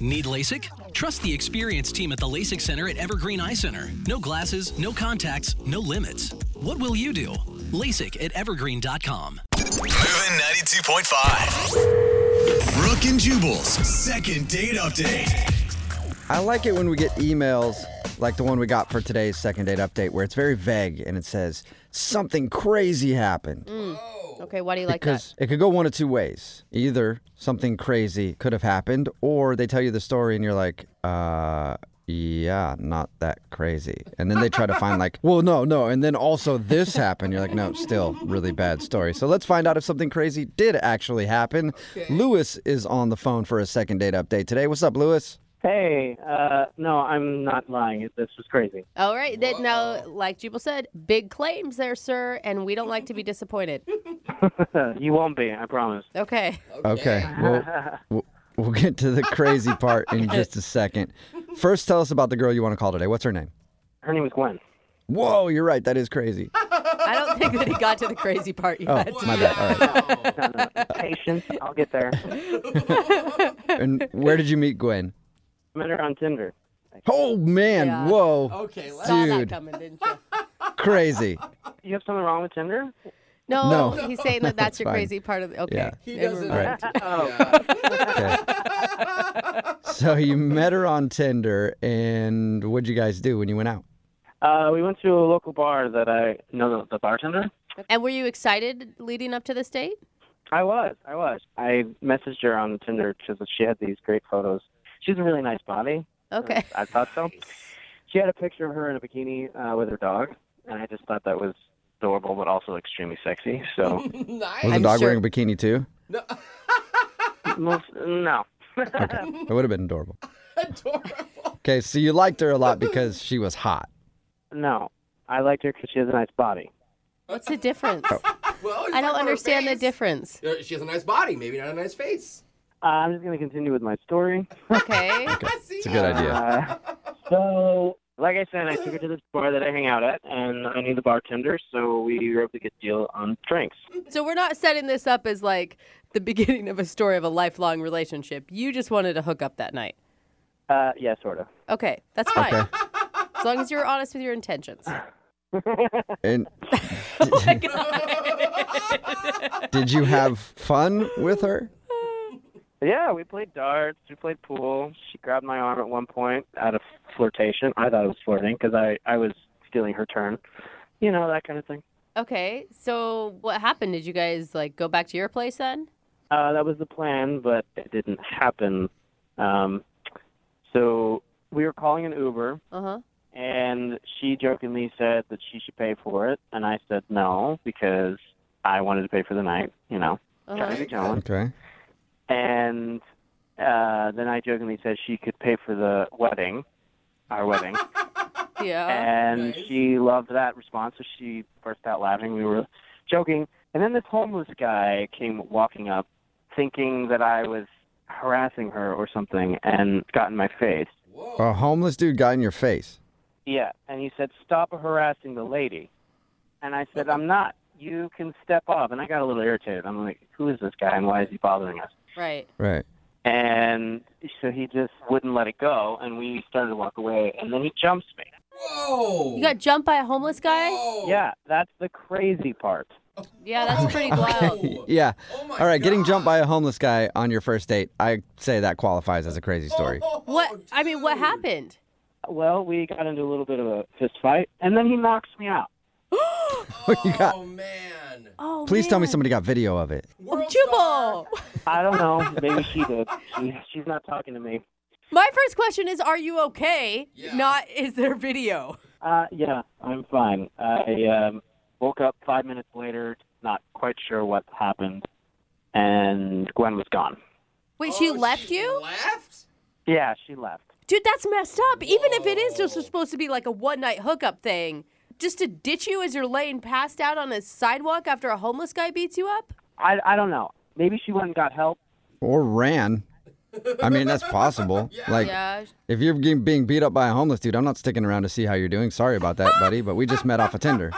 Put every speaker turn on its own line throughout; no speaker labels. Need LASIK? Trust the experienced team at the LASIK Center at Evergreen Eye Center. No glasses, no contacts, no limits. What will you do? LASIK at evergreen.com.
Moving 92.5. Brooke and Jubal's second date update.
I like it when we get emails like the one we got for today's second date update where it's very vague and it says something crazy happened.
Okay, why do you like
Because
that?
it could go one of two ways. Either something crazy could have happened, or they tell you the story and you're like, uh, yeah, not that crazy. And then they try to find, like, well, no, no. And then also this happened. You're like, no, still really bad story. So let's find out if something crazy did actually happen. Lewis is on the phone for a second date update today. What's up, Lewis?
Hey, uh, no, I'm not lying. This was crazy.
All right, that now, like Jubal said, big claims there, sir, and we don't like to be disappointed.
Uh, you won't be, I promise.
Okay.
Okay. Well, we'll, we'll get to the crazy part in just a second. First, tell us about the girl you want to call today. What's her name?
Her name is Gwen.
Whoa, you're right. That is crazy.
I don't think that he got to the crazy part
Oh,
yet.
my bad. All right.
Patience, I'll get there.
And where did you meet Gwen?
Met her on Tinder.
Oh man,
Yeah.
whoa.
Okay, let's
Saw that
Dude.
coming, didn't you?
Crazy.
You have something wrong with Tinder?
No,
No.
he's saying that that's your
fine.
crazy part of the. Okay.
Yeah.
he
never
doesn't.
All
mind.
right.
Oh,
Okay. so you met her on Tinder and what'd you guys do when you went out?
uh, we went to a local bar that I know the, the bartender.
And were you excited leading up to this date?
I was, I was. I messaged her on Tinder because she had these great photos. She's a really nice body.
Okay.
I thought so. She had a picture of her in a bikini uh, with her dog, and I just thought that was adorable, but also extremely sexy. So,
nice.
Was
I'm
the dog
sure-
wearing a bikini too?
most, no.
Okay. It would have been adorable.
Adorable.
Okay, so you liked her a lot because she was hot.
No, I liked her because she has a nice body.
What's the difference?
Oh.
Well,
I don't understand the difference.
difference. She has a nice body, maybe not a nice face.
Uh, I'm just gonna continue with my story.
Okay.
It's a good idea.
Uh, so, like I said, I took her to this bar that I hang out at, and I knew the bartender, so we were able to get a deal on drinks.
So we're not setting this up as like the beginning of a story of a lifelong relationship. You just wanted to hook up that night.
Uh, yeah, sort of.
Okay, that's fine.
Okay.
As long as you're honest with your intentions.
And
Oh my God.
did you have fun with her?
Yeah, we played darts, we played pool. She grabbed my arm at one point out of flirtation. I thought it was flirting because I I was stealing her turn, you know that kind of thing.
Okay, so what happened? Did you guys like go back to your place then?
Uh, that was the plan, but it didn't happen. Um, so we were calling an Uber.
Uh huh.
And she jokingly said that she should pay for it, and I said no because I wanted to pay for the night, you know,
Uh-huh.
trying to be gentleman.
Okay.
And uh, then I jokingly said she could pay for the wedding, our wedding,
Yeah.
and
nice.
she loved that response, so she burst out laughing. We were joking, and then this homeless guy came walking up, thinking that I was harassing her or something, and got in my face.
Whoa.
A homeless dude got in your face.
Yeah, and he said, "Stop harassing the lady." And I said, "I'm not. You can step up." And I got a little irritated. I'm like, "Who is this guy, and why is he bothering us?"
Right.
Right.
And so he just wouldn't let it go, and we started to walk away, and then he jumps me.
Whoa.
You got jumped by a homeless guy?
Whoa.
Yeah, that's the crazy part.
Yeah, that's pretty wild.
Whoa.
Yeah.
Oh my
All right, getting
God.
jumped by a homeless guy on your first date, I say that qualifies as a crazy story.
Oh,
What? I mean, what
dude.
happened?
Well, we got into a little bit of a fist fight, and then he knocks me out.
What you got?
Oh man.
Oh,
Please tell me
man.
somebody got video of it.
World
Jubal.
I don't know. Maybe she did. She, she's not talking to me.
My first question is, are you okay?
Yeah.
Not is there video?
Uh, yeah, I'm fine. I um, woke up five minutes later, not quite sure what happened, and Gwen was gone.
Wait,
star.
she
Oh,
left you?
Left?
Yeah, she left.
Dude, that's messed up. Even if it is just supposed to be like a one night hookup thing, just to ditch you as you're laying passed out on a sidewalk after a homeless guy beats you up?
I, I don't know. Maybe she went and got help.
Or ran. I mean, that's possible. Like,
Yeah.
if you're getting, being beat up by a homeless dude, I'm not sticking around to see how you're doing. Sorry about that, buddy, but we just met off of Tinder.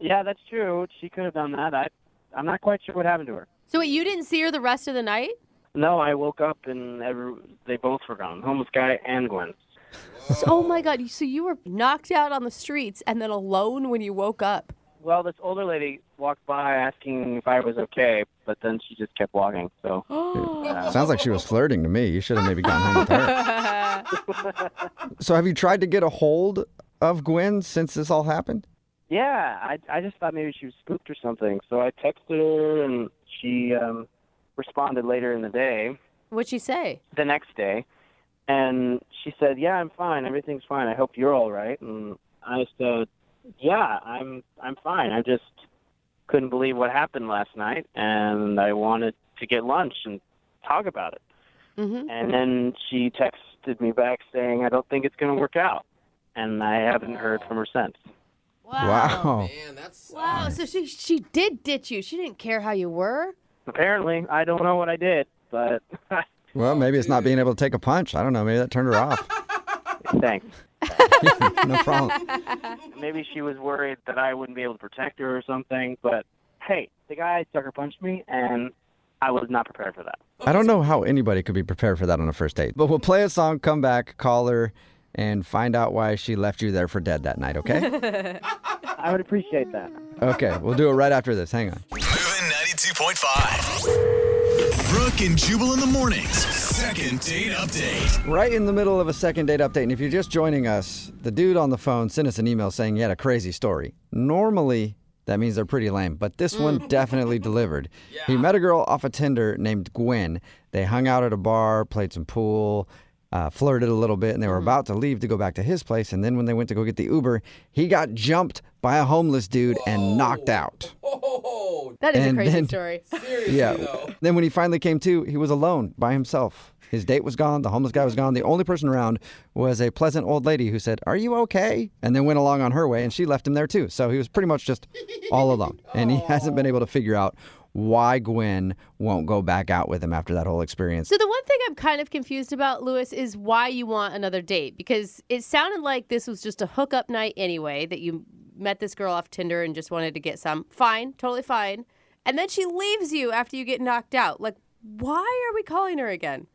Yeah, that's true. She could have done that. I, I'm not quite sure what happened to her.
So wait, you didn't see her the rest of the night?
No, I woke up and every, they both were gone. Homeless guy and Gwen.
So- oh my God. you- So you were knocked out on the streets and then alone when you woke up.
Well, this older lady walked by asking if I was okay, but then she just kept walking. So
Sounds like she was flirting to me. You should have maybe gone home with her. so, have you tried to get a hold of Gwen since this all happened?
yeah, I I just thought maybe she was spooked or something. So I texted her and she um, responded later in the day,
What'd she say?
the next day, and she said, "Yeah, I'm fine. Everything's fine. I hope you're all right." And I said, "Yeah, I'm I'm fine. I just couldn't believe what happened last night, and I wanted to get lunch and talk about it."
Mm-hmm.
And then she texted me back saying, I don't think it's going to work out. And I haven't heard from her since.
Oh,
Wow.
Man, that's
Wow. So she she did ditch you. She didn't care how you were.
Apparently, I don't know what I did, but
Well, maybe it's not being able to take a punch. I don't know. Maybe that turned her off.
thanks.
no problem.
Maybe she was worried that I wouldn't be able to protect her or something, but hey, the guy sucker punched me, and I was not prepared for that.
I don't know how anybody could be prepared for that on a first date. But we'll play a song, come back, call her, and find out why she left you there for dead that night, okay?
I would appreciate that.
okay, we'll do it right after this. Hang on.
Moving 92.5. Brooke and Jubal in the mornings. Second date update.
Right in the middle of a second date update. And if you're just joining us, the dude on the phone sent us an email saying he had a crazy story. Normally, that means they're pretty lame, but this one definitely delivered. He met a girl off of Tinder named Gwen. They hung out at a bar, played some pool, uh, flirted a little bit, and they were about to leave to go back to his place. And then when they went to go get the Uber, he got jumped by a homeless dude and knocked out.
Oh,
That is
And
a crazy
then-
story.
seriously
Yeah.
though.
Then when he finally came to, he was alone by himself. His date was gone. The homeless guy was gone. The only person around was a pleasant old lady who said, Are you okay? And then went along on her way and she left him there too. So he was pretty much just all alone. And he hasn't been able to figure out why Gwen won't go back out with him after that whole experience.
So the one thing I'm kind of confused about, Lewis, is why you want another date because it sounded like this was just a hookup night anyway. That you met this girl off Tinder and just wanted to get some. Fine, totally fine. And then she leaves you after you get knocked out. Like, why are we calling her again?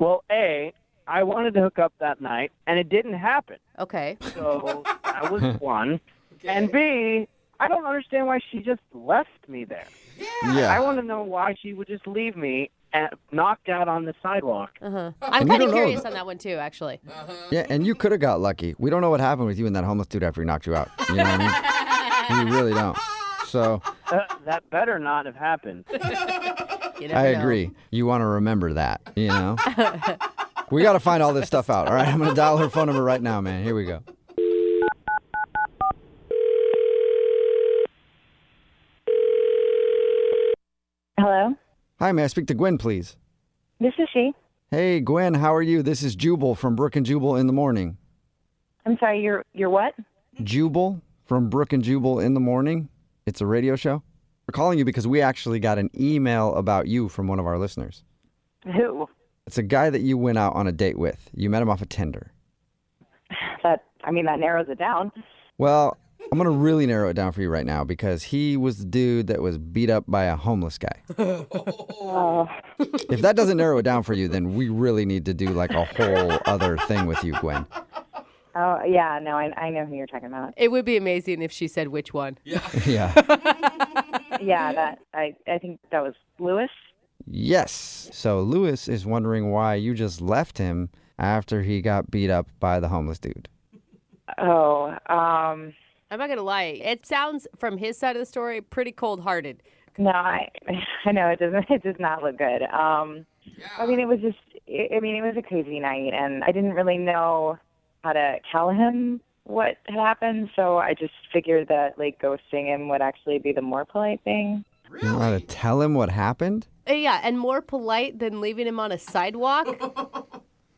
Well, A, I wanted to hook up that night, and it didn't happen.
Okay.
So that was one. And B, I don't understand why she just left me there. I
Yeah.
want to know why she would just leave me at, knocked out on the sidewalk.
Uh-huh. I'm
we
kind
don't
of
know.
curious on that one too, actually.
Yeah. And you could have got lucky. We don't know what happened with you and that homeless dude after he knocked you out. You know what I mean? We really don't. So
Uh, that better not have happened.
You
I
never know.
agree. You want to remember that, you know? we got to find all this stuff out. All right, I'm going to dial her phone number right now, man. Here we go.
Hello,
Hi, may I speak to Gwen, please?
this is she.
Hey, Gwen, how are you? This is Jubal from Brook and Jubal in the Morning.
I'm sorry, you're you're what?
Jubal from Brook and Jubal in the Morning. It's a radio show. We're calling you because we actually got an email about you from one of our listeners.
Who?
It's a guy that you went out on a date with. You met him off of Tinder.
That I mean, that narrows it down.
Well, I'm going to really narrow it down for you right now because he was the dude that was beat up by a homeless guy.
Oh.
if that doesn't narrow it down for you, then we really need to do like a whole other thing with you, Gwen.
Oh yeah, no, I I know who you're talking about.
It would be amazing if she said which one.
Yeah.
Yeah, that I I think that was Lewis.
Yes. So Lewis is wondering why you just left him after he got beat up by the homeless dude.
Oh, um,
I'm not gonna lie. It sounds from his side of the story pretty cold-hearted.
no, I I know it doesn't it does not look good. Um, I mean, it was just I I mean, it was a crazy night, and I didn't really know how to tell him what had happened, so I just figured that like ghosting him would actually be the more polite thing.
You know how to tell him what happened?
Uh, Yeah, and more polite than leaving him on a sidewalk.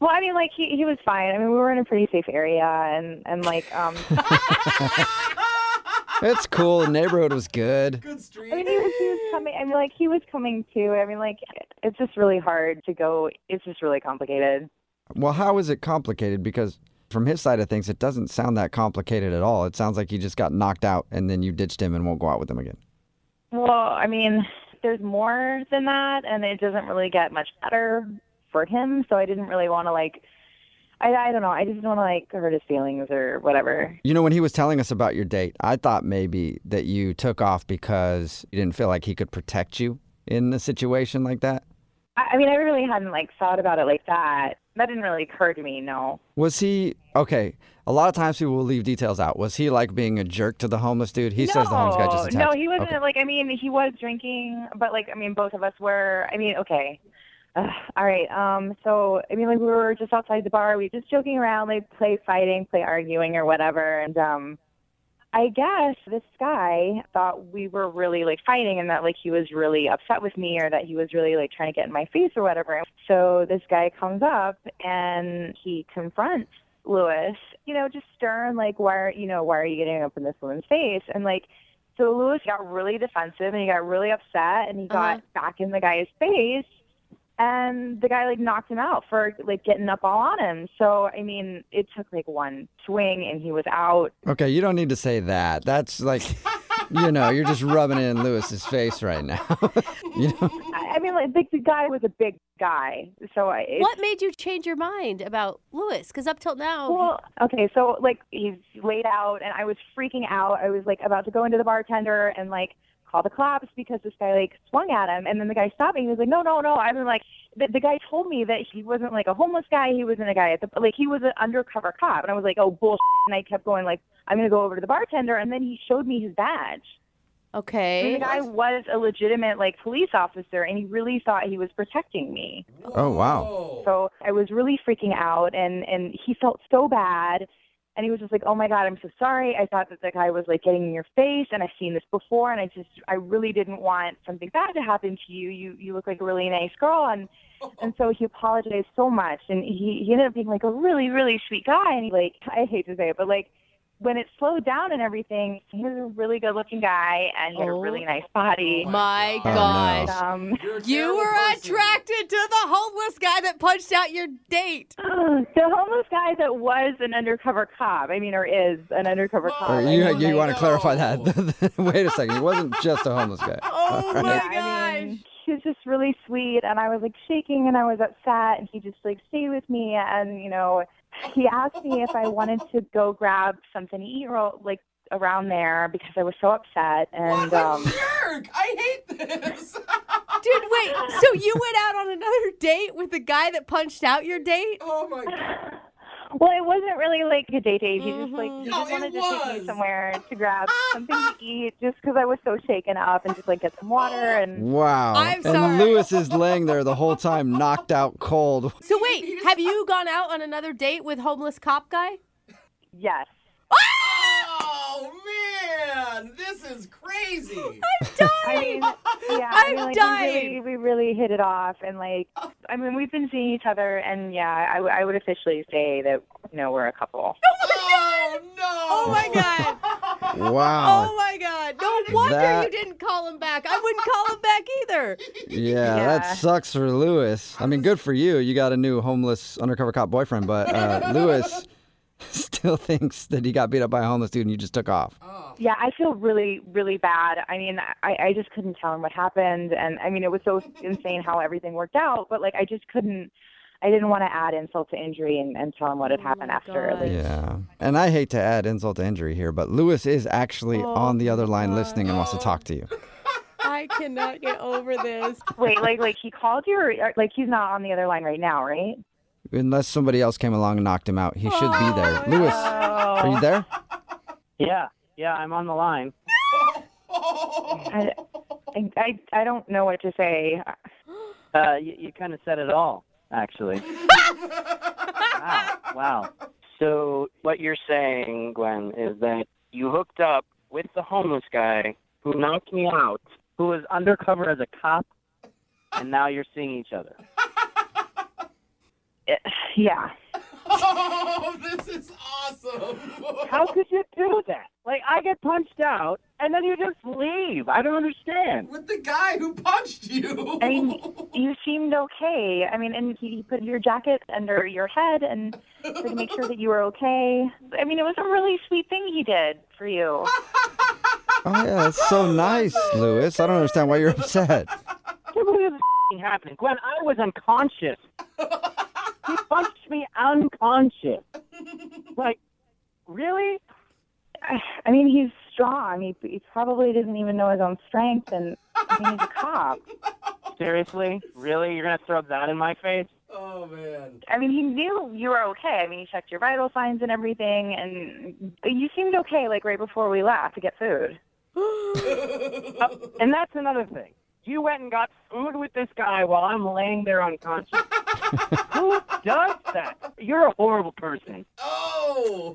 Well, I mean, like he he was fine. I mean, we were in a pretty safe area, and and like um, I
It's cool. The neighborhood was good.
Good street.
mean, he was, he was coming. I mean, like he was coming too. I mean, like it's just really hard to go. It's just really complicated.
Well, how is it complicated? Because from his side of things, it doesn't sound that complicated at all. It sounds like he just got knocked out and then you ditched him and won't go out with him again.
Well, I mean, like there's more than that, and it doesn't really get much better for him. So I didn't really want to like, I I don't know. I just didn't want to like hurt his feelings or whatever.
You know, when he was telling us about your date, I thought maybe that you took off because you didn't feel like he could protect you in a situation like that.
I, I mean, I really hadn't like thought about it like that. That didn't really occur to me. No.
Was he okay? A lot of times people will leave details out. Was he like being a jerk to the homeless dude? He says the homeless guy just attacked.
No, he wasn't.
Okay.
Like, I mean, he was drinking, but like, I mean, both of us were. I mean, okay. Ugh, all right. Um. So, I mean, like, we were just outside the bar. We were just joking around, like, play fighting, play arguing, or whatever. And um, I guess this guy thought we were really like fighting, and that like he was really upset with me, or that he was really like trying to get in my face or whatever. So this guy comes up and he confronts Lewis, you know, just stern, like, why are you know, why are you getting up in this woman's face? And like, so Lewis got really defensive and he got really upset and he
Uh-huh.
got back in the guy's face, and the guy like knocked him out for like getting up all on him. So I mean, it took like one swing and he was out.
Okay, you don't need to say that. That's like, you know, you're just rubbing it in Lewis's face right now. you know,
I, I mean, like the, the guy was a big guy, so I. It,
What made you change your mind about Lewis? Because up till now,
Well, okay, so like he's laid out, and I was freaking out. I was like about to go into the bartender and like call the cops because this guy like swung at him, and then the guy stopped me. He was like, "No, no, no!" I was like, the, the guy told me that he wasn't like a homeless guy. He wasn't a guy at the like he was an undercover cop, and I was like, "Oh bullshit!" And I kept going like, "I'm gonna go over to the bartender," and then he showed me his badge. I mean,
okay.
the guy was a legitimate like police officer, and he really thought he was protecting me.
Oh, wow.
Whoa.
So I was really freaking out, and and he felt so bad, and he was just like, "Oh my God, I'm so sorry. I thought that the guy was like getting in your face, and I've seen this before, and I just I really didn't want something bad to happen to you. You you look like a really nice girl, and and so he apologized so much, and he he ended up being like a really really sweet guy, and he like I hate to say it, but like. When it slowed down and everything, he was a really good-looking guy, and he had
Oh.
a really nice body.
My
Oh, no.
gosh.
Um,
You're a
You
terrible
were
person.
attracted to the homeless guy that punched out your date.
the homeless guy that was an undercover cop. I mean, or is an undercover cop.
Or
I
you
mean,
you
like-
want to clarify
no.
that? Wait a second. He wasn't just a homeless guy.
Oh my
Yeah, I mean, he was just really sweet, and I was like shaking, and I was upset, and he just like stayed with me, and you know, he asked me if I wanted to go grab something to eat, or like around there, because I was so upset, and
What
um,
a jerk! I hate this.
Dude, wait. So you went out on another date with the guy that punched out your date?
oh my god.
well, it wasn't really like a date date. He just like he
Mm-hmm. No,
just
it
wanted to take
was.
me somewhere to grab something to eat, just because I was so shaken up, and just like get some water and.
Wow.
I'm
and
sorry.
Lewis is laying there the whole time, knocked out cold.
So wait, have you gone out on another date with homeless cop guy?
Yes.
Oh man, this is crazy.
I mean,
Oh,
yeah,
I'm
I mean, like,
dying.
We really, we really hit it off, and like, I mean, we've been seeing each other, and yeah, I, w- I would officially say that you know we're a couple.
oh no.
Oh my god. Oh
Wow.
my god. No wonder
That-
you didn't call him back. I wouldn't call him back either.
yeah,
Yeah.
that sucks for Lewis. I mean, good for you. You got a new homeless undercover cop boyfriend, but uh, Lewis still thinks that he got beat up by a homeless dude and you just took off.
Yeah, I feel really, really bad. I mean, I, I just couldn't tell him what happened, and I mean, it was so insane how everything worked out, but like, I just couldn't. I didn't want to add insult to injury and, and tell him what had happened after.
God.
Like,
Yeah. And I hate to add insult to injury here, but Lewis is actually on the other line listening and wants to talk to you.
I cannot get over this.
wait, like, like he called you, or, or like he's not on the other line right now, right?
Unless somebody else came along and knocked him out, he should be there. Lewis, are you there?
Yeah, yeah, I'm on the line.
Oh.
I, I, I, I don't know what to say.
Uh, you, you kind of said it all, actually. wow, wow. So what you're saying, Gwen, is that you hooked up with the homeless guy who knocked me out, who was undercover as a cop, and now you're seeing each other.
Yeah.
Oh, this is awesome.
How could you do that? Like I get punched out, and then you just leave. I don't understand.
With the guy who punched you.
I mean, you seemed okay. I mean, and he, he put your jacket under your head and so to make sure that you were okay. I mean, it was a really sweet thing he did for you.
Oh yeah, that's so nice, Lewis. I don't understand why you're upset.
Can't believe this is happening. Gwen, I was unconscious. he punched me unconscious. Like, really?
I I mean, he's strong. He, he probably doesn't even know his own strength, and I mean, he's a cop.
Seriously? Really? You're going to throw that in my face?
Oh man.
I mean, he knew you were okay. I mean, he checked your vital signs and everything, and you seemed okay, like right before we left to get food.
And that's another thing. You went and got food with this guy while I'm laying there unconscious. Who does that? You're a horrible person.
Oh.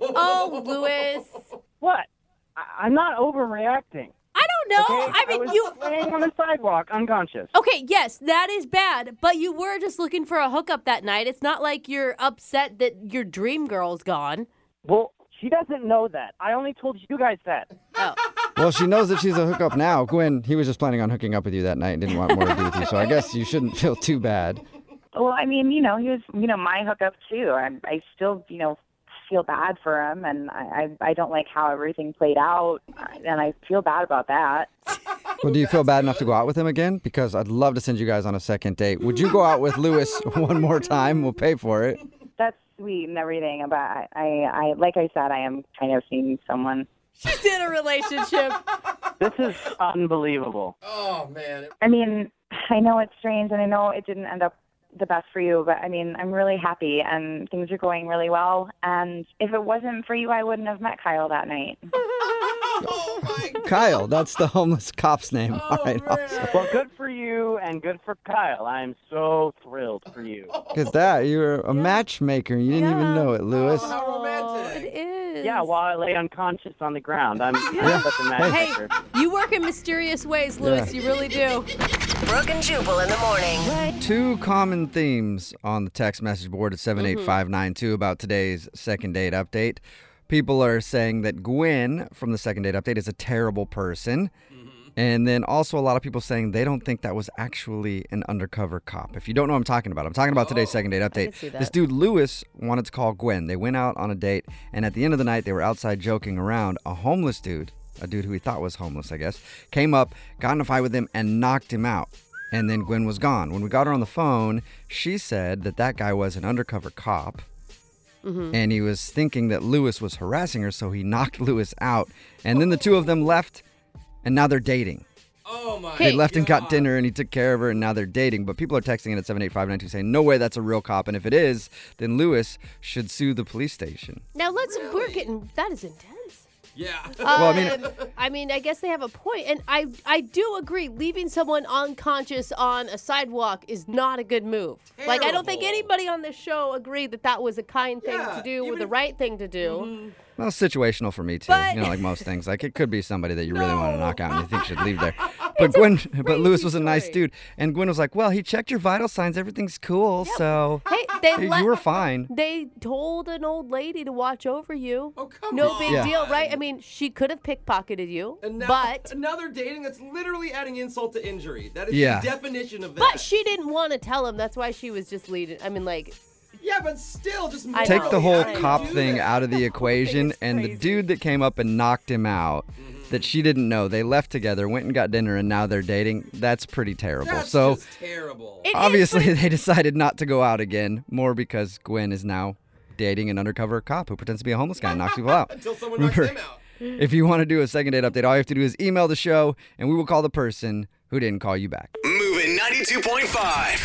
Oh, Lewis.
What? I- I'm not overreacting.
I don't know.
okay?
I mean,
was
you. Oh.
laying on the sidewalk unconscious.
Okay, yes, that is bad, but you were just looking for a hookup that night. It's not like you're upset that your dream girl's gone.
Well, she doesn't know that. I only told you guys that.
Oh.
Well, she knows that she's a hookup now. Gwen, he was just planning on hooking up with you that night and didn't want more to do with you, so I guess you shouldn't feel too bad.
Well, I mean, you know, he was, you know, my hookup too. I, I still, you know, feel bad for him, and I, I, I don't like how everything played out, and I feel bad about that.
Well, do you feel bad enough to go out with him again? Because I'd love to send you guys on a second date. Would you go out with Lewis one more time? We'll pay for it.
That's sweet and everything, but I, I, like I said, I am kind of seeing someone.
She's in a relationship.
This is unbelievable.
Oh man.
I mean, I know it's strange, and I know it didn't end up the best for you, but I mean, I'm really happy, and things are going really well. And if it wasn't for you, I wouldn't have met Kyle that night.
Oh my.
Kyle, that's the homeless cop's name. All right,
Well, good for you and good for Kyle. I'm so thrilled for you.
Oh,
because that you're a matchmaker. You didn't even
Yeah. Oh,
know it, Lewis.
How romantic.
It is.
Yeah, while I lay unconscious on the ground, I'm, I'm such a
Hey,
matchmaker.
you work in mysterious ways, Lewis. You really do.
Brooke and Jubal in the morning.
Two common themes on the text message board at 78592 about today's second date update. People are saying that Gwen from the second date update is a terrible person. And then also a lot of people saying they don't think that was actually an undercover cop. If you don't know what I'm talking about, I'm talking about today's second date update.
Oh, see that.
This dude Lewis wanted to call Gwen. They went out on a date, and at the end of the night, they were outside joking around. A homeless dude, a dude who he thought was homeless, I guess, came up, got in a fight with him, and knocked him out. And then Gwen was gone. When we got her on the phone, she said that that guy was an undercover cop
Mm-hmm.
and he was thinking that Lewis was harassing her, so he knocked Lewis out. And then the two of them left, and now they're dating.
Oh my.
They left and got dinner, and he took care of her, and now they're dating. But people are texting in at 78592 saying, No way, that's a real cop. And if it is, then Lewis should sue the police station.
Now let's. We're getting. That is intense.
Yeah.
Well, I mean-
Um, I mean, I guess they have a point, and I, I do agree. Leaving someone unconscious on a sidewalk is not a good move. Like, I don't think
Terrible.
anybody on this show agreed that that was a kind thing
Yeah,
to do, or
even
the
if-
right thing to do.
Well, it's situational for me, too.
But-
You know, like most things. Like, it could be somebody that you really want to
No.
knock out and you think should leave there. But Gwen, but Lewis
crazy
was a nice
story.
dude. And Gwen was like, Well, he checked your vital signs. Everything's cool. So
Mm-hmm.
Hey, they
you
let-
were fine.
They told an old lady to watch over you.
Oh, come
no
on.
big
Yeah.
deal, right? I mean, she could have pickpocketed you,
And now,
but
another dating that's literally adding insult to injury. That is
Yeah.
the definition of that.
but she didn't want to tell him. That's why she was just leading. I mean, like,
yeah, but still, just
I
take
know.
the whole
I know.
cop thing out of the equation
is
and the
crazy.
dude that came up and knocked him out
Mm-hmm.
that she didn't know they left together went and got dinner and now they're dating that's pretty terrible
That's
so
just terrible.
it is
obviously they decided not to go out again more because gwen is now dating an undercover cop who pretends to be a homeless guy and knocks people out
Until someone knocks him
Remember-
out.
if you want to do a second date update all you have to do is email the show and we will call the person who didn't call you back
Moving 92.5.